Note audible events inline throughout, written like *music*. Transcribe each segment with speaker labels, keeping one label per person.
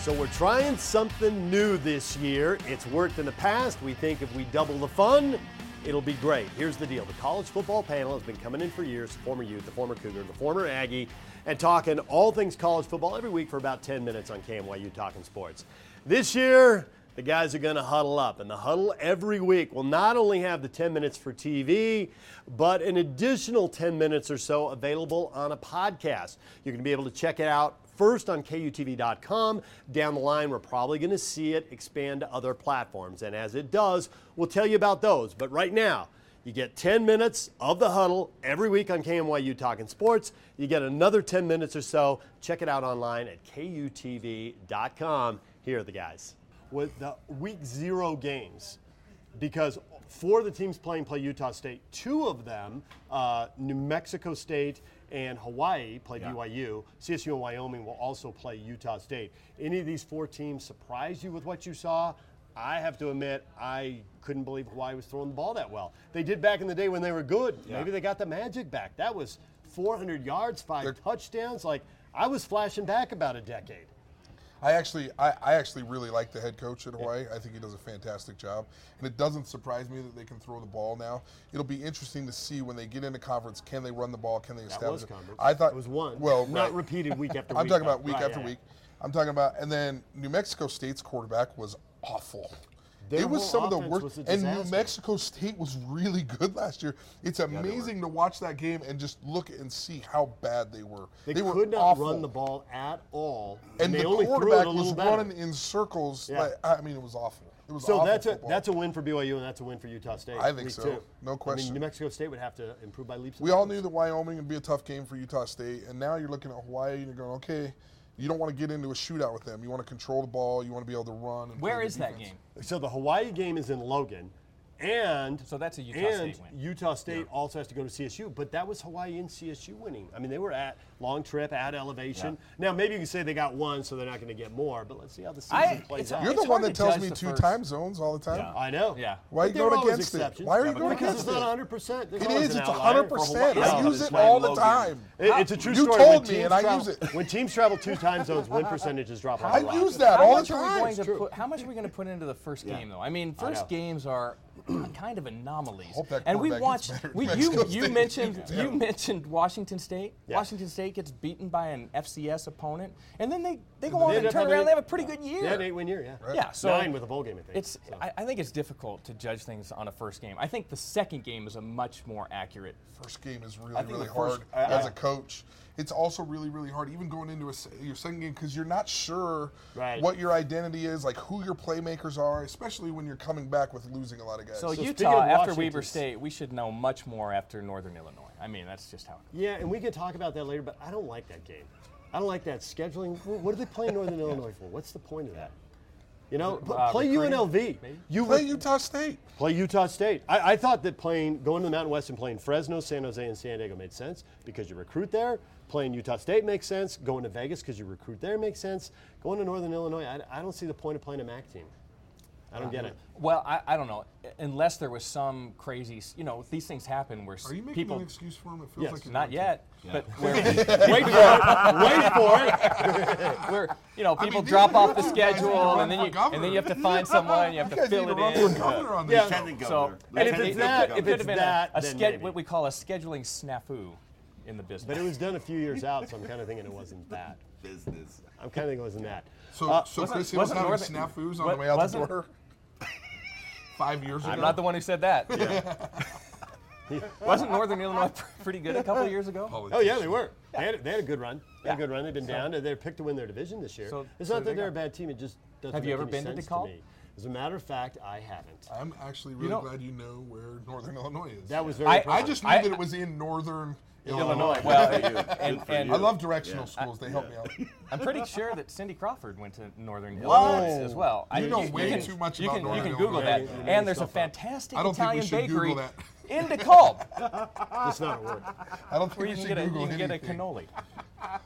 Speaker 1: So we're trying something new this year. It's worked in the past. We think if we double the fun, it'll be great. Here's the deal the college football panel has been coming in for years the former youth, the former Cougar, the former Aggie, and talking all things college football every week for about 10 minutes on KMYU Talking Sports. This year, the guys are going to huddle up, and the huddle every week will not only have the 10 minutes for TV, but an additional 10 minutes or so available on a podcast. You're going to be able to check it out first on KUTV.com. Down the line, we're probably going to see it expand to other platforms. And as it does, we'll tell you about those. But right now, you get 10 minutes of the huddle every week on KMYU Talking Sports. You get another 10 minutes or so. Check it out online at KUTV.com. Here are the guys. With the week zero games, because four of the teams playing play Utah State. Two of them, uh, New Mexico State and Hawaii, play
Speaker 2: Yeah.
Speaker 1: BYU. CSU and Wyoming will also play Utah State. Any of these four teams surprise you with what you saw? I have to admit, I couldn't believe Hawaii was throwing the ball that well. They did back in the day when they were good.
Speaker 2: Yeah.
Speaker 1: Maybe they got the magic back. That was 400 yards, 5 touchdowns. Like I was flashing back about a decade.
Speaker 3: I actually, I, I actually really like the head coach at Hawaii. I think he does a fantastic job, and it doesn't surprise me that they can throw the ball now. It'll be interesting to see when they get into conference, can they run the ball? Can they
Speaker 1: That was
Speaker 3: establish? it?
Speaker 1: conference.
Speaker 3: I thought
Speaker 1: it was one.
Speaker 3: Well,
Speaker 1: not
Speaker 3: right.
Speaker 1: repeated week after week.
Speaker 3: *laughs* I'm talking about week
Speaker 1: Right,
Speaker 3: after
Speaker 1: yeah, yeah.
Speaker 3: week. I'm talking about, and then New Mexico State's quarterback was awful.
Speaker 1: Their
Speaker 3: it was
Speaker 1: whole
Speaker 3: some of the
Speaker 1: offense was
Speaker 3: worst,
Speaker 1: a
Speaker 3: and New
Speaker 1: disaster.
Speaker 3: Mexico State was really good last year. It's amazing to watch that game and just look and see how bad they were.
Speaker 1: They,
Speaker 3: were
Speaker 1: could not
Speaker 3: awful.
Speaker 1: run the ball at all,
Speaker 3: and
Speaker 1: they
Speaker 3: the
Speaker 1: only
Speaker 3: quarterback
Speaker 1: threw it a
Speaker 3: was
Speaker 1: little better.
Speaker 3: running in circles.
Speaker 1: Yeah.
Speaker 3: Like, I mean, it was awful. It was
Speaker 1: so
Speaker 3: awful
Speaker 1: that's a
Speaker 3: football.
Speaker 1: that's a win for BYU and that's a win for Utah State.
Speaker 3: I think
Speaker 1: week
Speaker 3: so.
Speaker 1: two.
Speaker 3: No
Speaker 1: I mean,
Speaker 3: question.
Speaker 1: New Mexico State would have to improve by leaps. And
Speaker 3: we all
Speaker 1: bounds.
Speaker 3: knew that Wyoming would be a tough game for Utah State, and now you're looking at Hawaii and you're going, okay, you don't want to get into a shootout with them. You want to control the ball. You want to be able to run. And
Speaker 2: Where
Speaker 3: play
Speaker 2: is
Speaker 3: good
Speaker 2: that
Speaker 3: defense.
Speaker 2: game?
Speaker 1: So the Hawaii game is in Logan, and
Speaker 2: So that's a Utah
Speaker 1: and
Speaker 2: State win.
Speaker 1: Utah State also has to go to CSU, but that was Hawaii and CSU winning. I mean, they were at long trip at elevation. Now maybe you can say they got one, so they're not going to get more. But let's see how the season
Speaker 2: I-
Speaker 1: plays
Speaker 2: it's-
Speaker 1: out.
Speaker 3: You're
Speaker 2: It's
Speaker 3: the one
Speaker 2: hard
Speaker 3: that
Speaker 2: to
Speaker 3: tells
Speaker 2: judge
Speaker 3: me
Speaker 2: the
Speaker 3: two
Speaker 2: first.
Speaker 3: time zones all the time.
Speaker 2: Yeah.
Speaker 1: I know.
Speaker 2: Yeah.
Speaker 3: Why
Speaker 1: But
Speaker 3: are you
Speaker 1: there
Speaker 3: going
Speaker 1: are always
Speaker 3: against it?
Speaker 1: exceptions.
Speaker 3: Why are you
Speaker 1: Because
Speaker 3: going
Speaker 1: it's
Speaker 3: against
Speaker 1: not
Speaker 3: it?
Speaker 1: 100. percent
Speaker 3: It is. It's 100%. I
Speaker 2: Hawaii.
Speaker 3: use
Speaker 2: Yeah,
Speaker 3: it
Speaker 2: but it's
Speaker 3: all
Speaker 2: playing
Speaker 3: the
Speaker 2: Logan.
Speaker 3: time.
Speaker 1: It- it's a true
Speaker 3: You
Speaker 1: story.
Speaker 3: told
Speaker 1: when
Speaker 3: me,
Speaker 1: teams
Speaker 3: and I
Speaker 1: travel,
Speaker 3: use it.
Speaker 1: When teams travel two time zones, win percentages drop off.
Speaker 3: *laughs* I
Speaker 1: a lot.
Speaker 3: use that all the
Speaker 2: much Are we
Speaker 3: time.
Speaker 2: going to put, how much are we going to put into the first game, though? I mean, first
Speaker 1: know.
Speaker 2: games are kind of anomalies.
Speaker 3: hope that
Speaker 2: and we
Speaker 3: quarterback
Speaker 2: watched.
Speaker 3: gets better
Speaker 2: We,
Speaker 3: at
Speaker 2: you
Speaker 3: Mexico
Speaker 2: you
Speaker 3: State.
Speaker 2: mentioned
Speaker 3: Yeah.
Speaker 2: you mentioned Washington State.
Speaker 1: Yeah.
Speaker 2: Washington State gets beaten by an FCS opponent, and then they, they go on
Speaker 1: They
Speaker 2: and
Speaker 1: end
Speaker 2: turn
Speaker 1: up
Speaker 2: around.
Speaker 1: having
Speaker 2: They have a pretty good year.
Speaker 1: They had an eight win year, yeah.
Speaker 2: Yeah, so
Speaker 1: Nine with a bowl game, I think.
Speaker 2: It's. I, I think it's difficult to judge things on a first game. I think the second game is a much more accurate.
Speaker 3: first game is really
Speaker 4: think
Speaker 3: really
Speaker 4: the first-
Speaker 3: hard
Speaker 4: I-
Speaker 3: as
Speaker 4: I-
Speaker 3: a coach. It's also really really hard, even going into a, se- your second game, because you're not sure
Speaker 1: Right.
Speaker 3: what your identity is, like who your playmakers are, especially when you're coming back with losing a lot of guys.
Speaker 2: So,
Speaker 1: speaking
Speaker 2: Utah,
Speaker 1: of
Speaker 2: after
Speaker 1: Washington
Speaker 2: Weber
Speaker 1: State-
Speaker 2: State, we should know much more after Northern Illinois. I mean, that's just how. It
Speaker 1: Yeah, and we can talk about that later, but I don't like that game. I don't like that scheduling. Wh- What are they playing
Speaker 2: *laughs*
Speaker 1: Northern Illinois for? What's the point of that? You know, p-
Speaker 2: Uh,
Speaker 1: play
Speaker 2: recruiting,
Speaker 1: UNLV.
Speaker 2: maybe?
Speaker 1: You
Speaker 3: play
Speaker 1: re-
Speaker 3: Utah State.
Speaker 1: play Utah State. I, I thought that playing going to the Mountain West and playing Fresno, San Jose, and San Diego made sense because you recruit there. Playing Utah State makes sense. Going to Vegas because you recruit there makes sense. Going to Northern Illinois, I, I don't see the point of playing a MAC team. I don't get it.
Speaker 2: Well, I, I don't know. Unless there was some crazy, s- you know, these things happen where s-
Speaker 3: Are you making
Speaker 2: people.
Speaker 3: an excuse for him? It feels
Speaker 1: Yes,
Speaker 3: like it
Speaker 2: *laughs* Not
Speaker 3: might be.
Speaker 2: yet, but
Speaker 1: *laughs*
Speaker 2: where, wait for it. Wait for it. *laughs* Where you know
Speaker 3: I mean,
Speaker 2: people
Speaker 3: these
Speaker 2: drop
Speaker 3: are
Speaker 2: off the
Speaker 3: you guys need to
Speaker 2: schedule,
Speaker 3: run
Speaker 2: and then
Speaker 3: for
Speaker 2: you and
Speaker 3: governor.
Speaker 2: then you have to find someone. You have
Speaker 3: *laughs* You
Speaker 2: to
Speaker 3: guys need
Speaker 2: fill
Speaker 3: to
Speaker 2: it
Speaker 3: run for
Speaker 2: in.
Speaker 3: governor on
Speaker 1: Yeah.
Speaker 3: these.
Speaker 1: Lieutenant
Speaker 2: So,
Speaker 1: And if it's that-
Speaker 2: it
Speaker 1: if
Speaker 2: could
Speaker 1: it's
Speaker 2: have been
Speaker 1: that,
Speaker 2: a, a
Speaker 1: then
Speaker 2: sched-
Speaker 1: maybe.
Speaker 2: what we call a scheduling snafu in the business.
Speaker 1: But it was done a few years out, so I'm kind of thinking it
Speaker 2: *laughs*
Speaker 1: wasn't that.
Speaker 4: business.
Speaker 1: I'm kind of thinking it wasn't that.
Speaker 3: So,
Speaker 1: Uh,
Speaker 3: so
Speaker 2: wasn't-
Speaker 3: Chris Hill's
Speaker 2: wasn't
Speaker 3: having
Speaker 2: Northern-
Speaker 3: snafus on
Speaker 2: wa-
Speaker 3: the way out the
Speaker 2: wasn't-
Speaker 3: door. *laughs* Five years ago.
Speaker 2: I'm not the one who said that. *laughs* Wasn't Northern Illinois *laughs* pretty good a couple of years ago?
Speaker 1: Oh yeah, they were. They, had, they had a good run. They had
Speaker 2: Yeah.
Speaker 1: a good run. They've been down. They're picked to win their division this year.
Speaker 2: So-
Speaker 1: it's
Speaker 2: so
Speaker 1: not that
Speaker 2: they
Speaker 1: they're a
Speaker 2: got-
Speaker 1: bad team. It just doesn't
Speaker 2: Have you
Speaker 1: make
Speaker 2: ever
Speaker 1: any
Speaker 2: been to Oh,
Speaker 1: sense
Speaker 2: DeKalb?
Speaker 1: me. As a matter of fact, I haven't.
Speaker 3: I'm actually really
Speaker 2: know-
Speaker 3: glad you know where Northern Illinois is.
Speaker 1: That was very.
Speaker 2: I-
Speaker 3: I
Speaker 1: impressive.
Speaker 3: just knew
Speaker 2: I-
Speaker 3: that it was in Northern Illinois.
Speaker 2: Illinois. Well,
Speaker 4: Good for
Speaker 2: and,
Speaker 4: you.
Speaker 2: and
Speaker 3: I love directional schools. They help me
Speaker 2: *laughs*
Speaker 3: out.
Speaker 2: I'm pretty sure that Cindy Crawford went to Northern
Speaker 3: What?
Speaker 2: Illinois as well. I,
Speaker 3: You know way too much
Speaker 2: you
Speaker 3: about
Speaker 2: can,
Speaker 3: Northern
Speaker 2: You can Google
Speaker 3: Illinois.
Speaker 2: that.
Speaker 1: Yeah, yeah,
Speaker 2: And there's
Speaker 1: yeah.
Speaker 2: a fantastic
Speaker 3: I don't think we
Speaker 2: Italian
Speaker 3: should
Speaker 2: bakery
Speaker 3: Google
Speaker 2: in
Speaker 3: *laughs*
Speaker 2: DeKalb
Speaker 1: It's not a word.
Speaker 3: I don't think
Speaker 2: where
Speaker 3: we
Speaker 2: you can
Speaker 3: should
Speaker 2: get a, you
Speaker 3: Google
Speaker 2: can get a
Speaker 3: anything.
Speaker 2: cannoli.
Speaker 3: *laughs*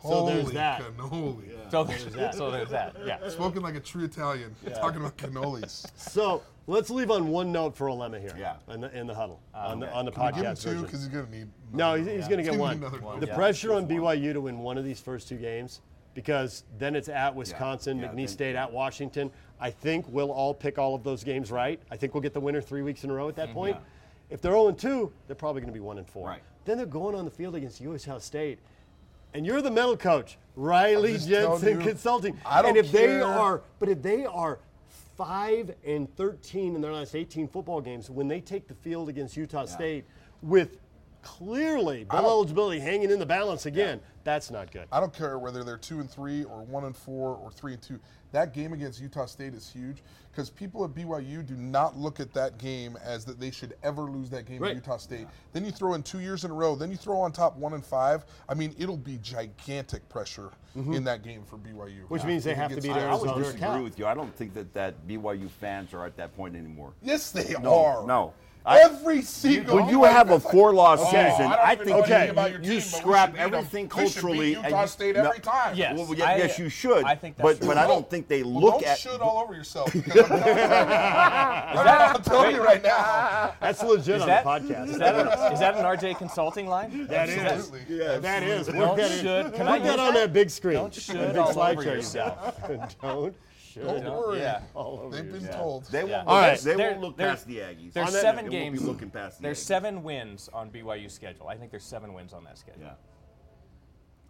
Speaker 1: So
Speaker 3: Holy
Speaker 1: there's that.
Speaker 3: cannoli.
Speaker 2: So there's, *laughs* so there's that. Yeah.
Speaker 3: Spoken like a true Italian. Talking about cannolis.
Speaker 1: So let's leave on one note for Olema here.
Speaker 4: Yeah.
Speaker 1: In the, in the huddle
Speaker 2: Oh,
Speaker 1: on the on the
Speaker 3: Give him
Speaker 1: podcast
Speaker 3: two
Speaker 1: version.
Speaker 3: because he's gonna need.
Speaker 1: No, he's, he's going to
Speaker 3: Give
Speaker 1: get
Speaker 3: me
Speaker 1: one.
Speaker 3: another one.
Speaker 1: The
Speaker 3: Yeah.
Speaker 1: pressure on BYU to win one of these first two games because then it's at Wisconsin,
Speaker 4: Yeah, I
Speaker 1: McNeese
Speaker 4: think-
Speaker 1: State at Washington. I think we'll all pick all of those games right. I think we'll get the winner three weeks in a row at that
Speaker 3: Mm-hmm.
Speaker 1: point. If they're 0 2, they're probably going to be 1 and 4.
Speaker 4: Right.
Speaker 1: Then they're going on the field against U.S. House State. And you're the mental coach, Riley
Speaker 3: just telling
Speaker 1: Jensen
Speaker 3: you,
Speaker 1: Consulting.
Speaker 3: I
Speaker 1: and
Speaker 3: don't
Speaker 1: if they
Speaker 3: care.
Speaker 1: are, but if they are 5 and 13 in their last 18 football games, when they take the field against Utah State with clearly bowl eligibility hanging in the balance again, that's not good.
Speaker 3: I don't care whether they're two and three or one and four or three and two. That game against Utah State is huge because people at BYU do not look at that game as that they should ever lose that game
Speaker 1: Right.
Speaker 3: to Utah State. Then you throw in two years in a row. Then you throw on top one and five. I mean, it'll be gigantic pressure in that game for BYU.
Speaker 1: Which means they
Speaker 3: If it
Speaker 1: have to
Speaker 3: gets-
Speaker 1: beat
Speaker 4: I
Speaker 1: Arizona.
Speaker 4: always
Speaker 1: Arizona
Speaker 4: disagree
Speaker 1: account.
Speaker 4: with you. I don't think that, that BYU fans are at that point anymore.
Speaker 3: Yes, they
Speaker 4: No,
Speaker 3: are.
Speaker 4: no. I-
Speaker 3: Every single.
Speaker 4: When you have a four-loss season,
Speaker 3: I, don't
Speaker 4: I
Speaker 3: even know
Speaker 4: think
Speaker 3: anything
Speaker 1: okay,
Speaker 3: about your
Speaker 4: you
Speaker 3: team, but we
Speaker 4: scrap
Speaker 3: should beat 'em.
Speaker 4: everything
Speaker 3: We should beat
Speaker 4: culturally and
Speaker 3: Utah
Speaker 4: you-
Speaker 3: State
Speaker 4: no.
Speaker 3: every time.
Speaker 2: Yes.
Speaker 4: Well,
Speaker 2: I-
Speaker 4: yeah, yes, you should.
Speaker 2: I think that's
Speaker 4: but
Speaker 2: true.
Speaker 4: but I don't think they
Speaker 3: Well,
Speaker 4: look
Speaker 3: don't
Speaker 4: at.
Speaker 3: shit all over yourself. Because
Speaker 1: *laughs*
Speaker 3: I'm telling you right now. I'm telling you right now.
Speaker 1: That's legit
Speaker 2: Is
Speaker 1: on
Speaker 2: that,
Speaker 1: the podcast.
Speaker 2: Is that, an, is that an RJ consulting line?
Speaker 1: *laughs* That is.
Speaker 3: Absolutely.
Speaker 1: That is. Work
Speaker 2: Don't
Speaker 1: that in.
Speaker 2: should. Can I
Speaker 1: Put
Speaker 2: use
Speaker 1: that on that big screen.
Speaker 2: Don't
Speaker 1: That
Speaker 2: should
Speaker 1: big
Speaker 2: all over
Speaker 1: slideshow you
Speaker 2: yourself.
Speaker 1: got. *laughs* Don't should.
Speaker 3: Don't worry.
Speaker 2: Yeah.
Speaker 1: All over
Speaker 3: They've been
Speaker 1: yourself.
Speaker 3: told.
Speaker 4: They won't.
Speaker 1: All right.
Speaker 4: They
Speaker 2: There-
Speaker 4: won't look
Speaker 2: there-
Speaker 4: past the Aggies.
Speaker 2: There's
Speaker 1: On that
Speaker 2: seven
Speaker 4: note, they won't
Speaker 2: games.
Speaker 4: be looking past the
Speaker 2: There's
Speaker 4: Yankees.
Speaker 2: seven wins on BYU's schedule. I think there's seven wins on that schedule.
Speaker 4: Yeah.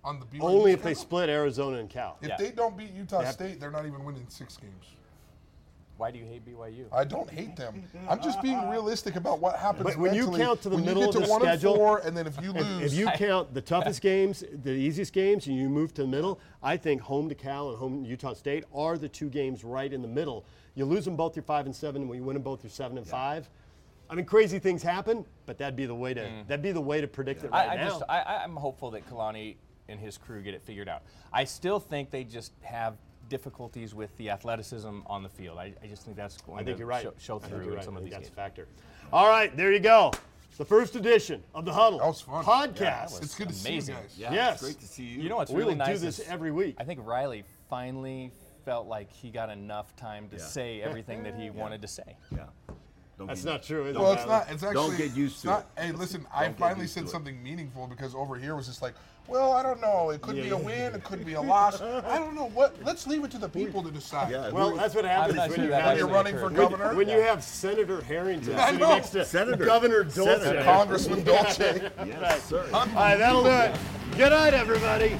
Speaker 3: On the BYU
Speaker 1: Only if they
Speaker 3: schedule.
Speaker 1: split Arizona and Cal.
Speaker 3: If
Speaker 2: Yeah.
Speaker 3: they don't beat Utah
Speaker 1: have-
Speaker 3: State, they're not even winning six games.
Speaker 2: Why do you hate BYU?
Speaker 3: I don't hate them. I'm just being realistic about what happens.
Speaker 1: But when you
Speaker 3: mentally
Speaker 1: count to the
Speaker 3: when
Speaker 1: middle
Speaker 3: you
Speaker 1: of
Speaker 3: get to
Speaker 1: the
Speaker 3: one
Speaker 1: schedule-
Speaker 3: and four, and then if you lose,
Speaker 2: Mm.
Speaker 1: If
Speaker 2: *laughs*
Speaker 1: you count the toughest games, the easiest games, and you move to the middle, I think home to Cal and home to Utah State are the two games right in the middle. You lose them both, you're five and seven. When you win them both, you're seven and five. I mean, crazy things happen, but that'd be the way to that'd be the way to predict it right
Speaker 2: Mm. I, I
Speaker 1: now.
Speaker 2: just I, I- I'm hopeful that Kalani and his crew get it figured out. I still think they just have difficulties with the athleticism on the field. I, I just think that's going
Speaker 1: I think
Speaker 2: to
Speaker 1: you're right.
Speaker 2: show, show
Speaker 1: I think
Speaker 2: through
Speaker 1: you're
Speaker 2: in
Speaker 1: right.
Speaker 2: some
Speaker 1: I
Speaker 2: of
Speaker 1: think that's
Speaker 2: these games.
Speaker 1: a factor. All right, there you go. The first edition of the Huddle
Speaker 3: That was fun.
Speaker 1: podcast.
Speaker 2: Yeah, that was
Speaker 3: it's good to
Speaker 2: amazing.
Speaker 3: see you guys.
Speaker 4: Yeah,
Speaker 1: Yes.
Speaker 4: It's great to see you.
Speaker 2: You know what's
Speaker 1: we
Speaker 2: really
Speaker 1: will
Speaker 2: nice
Speaker 1: do this
Speaker 2: is
Speaker 1: every week.
Speaker 2: I think Riley finally felt like he got enough time to
Speaker 4: Yeah.
Speaker 2: say everything
Speaker 1: *laughs*
Speaker 2: that he wanted to say.
Speaker 4: Yeah. Don't
Speaker 1: That's
Speaker 4: be-
Speaker 1: not true. is it,
Speaker 3: Well, it's
Speaker 1: Riley?
Speaker 3: not. It's actually.
Speaker 4: Don't get used
Speaker 3: it's
Speaker 4: to
Speaker 3: not,
Speaker 4: it.
Speaker 3: Hey, listen. I
Speaker 4: Don't get
Speaker 3: finally
Speaker 4: used to
Speaker 3: said
Speaker 4: it.
Speaker 3: something meaningful because over here was just like, well, I don't know. It could be a win. It could be a loss. I don't know what. Let's leave it to the people to decide.
Speaker 4: Yeah.
Speaker 1: Well, that's what happens
Speaker 2: not
Speaker 1: when
Speaker 2: sure
Speaker 1: you
Speaker 2: that
Speaker 1: have
Speaker 3: When you're
Speaker 2: Absolutely
Speaker 3: running for
Speaker 2: correct.
Speaker 3: governor,
Speaker 1: When you have Senator Harrington
Speaker 3: I
Speaker 1: sitting
Speaker 3: know.
Speaker 1: next to
Speaker 4: Senator.
Speaker 1: Governor Dulce.
Speaker 4: Senator.
Speaker 1: All
Speaker 3: Congressman Dolce.
Speaker 4: Yes, sir.
Speaker 1: right, that'll do it. Good night, everybody.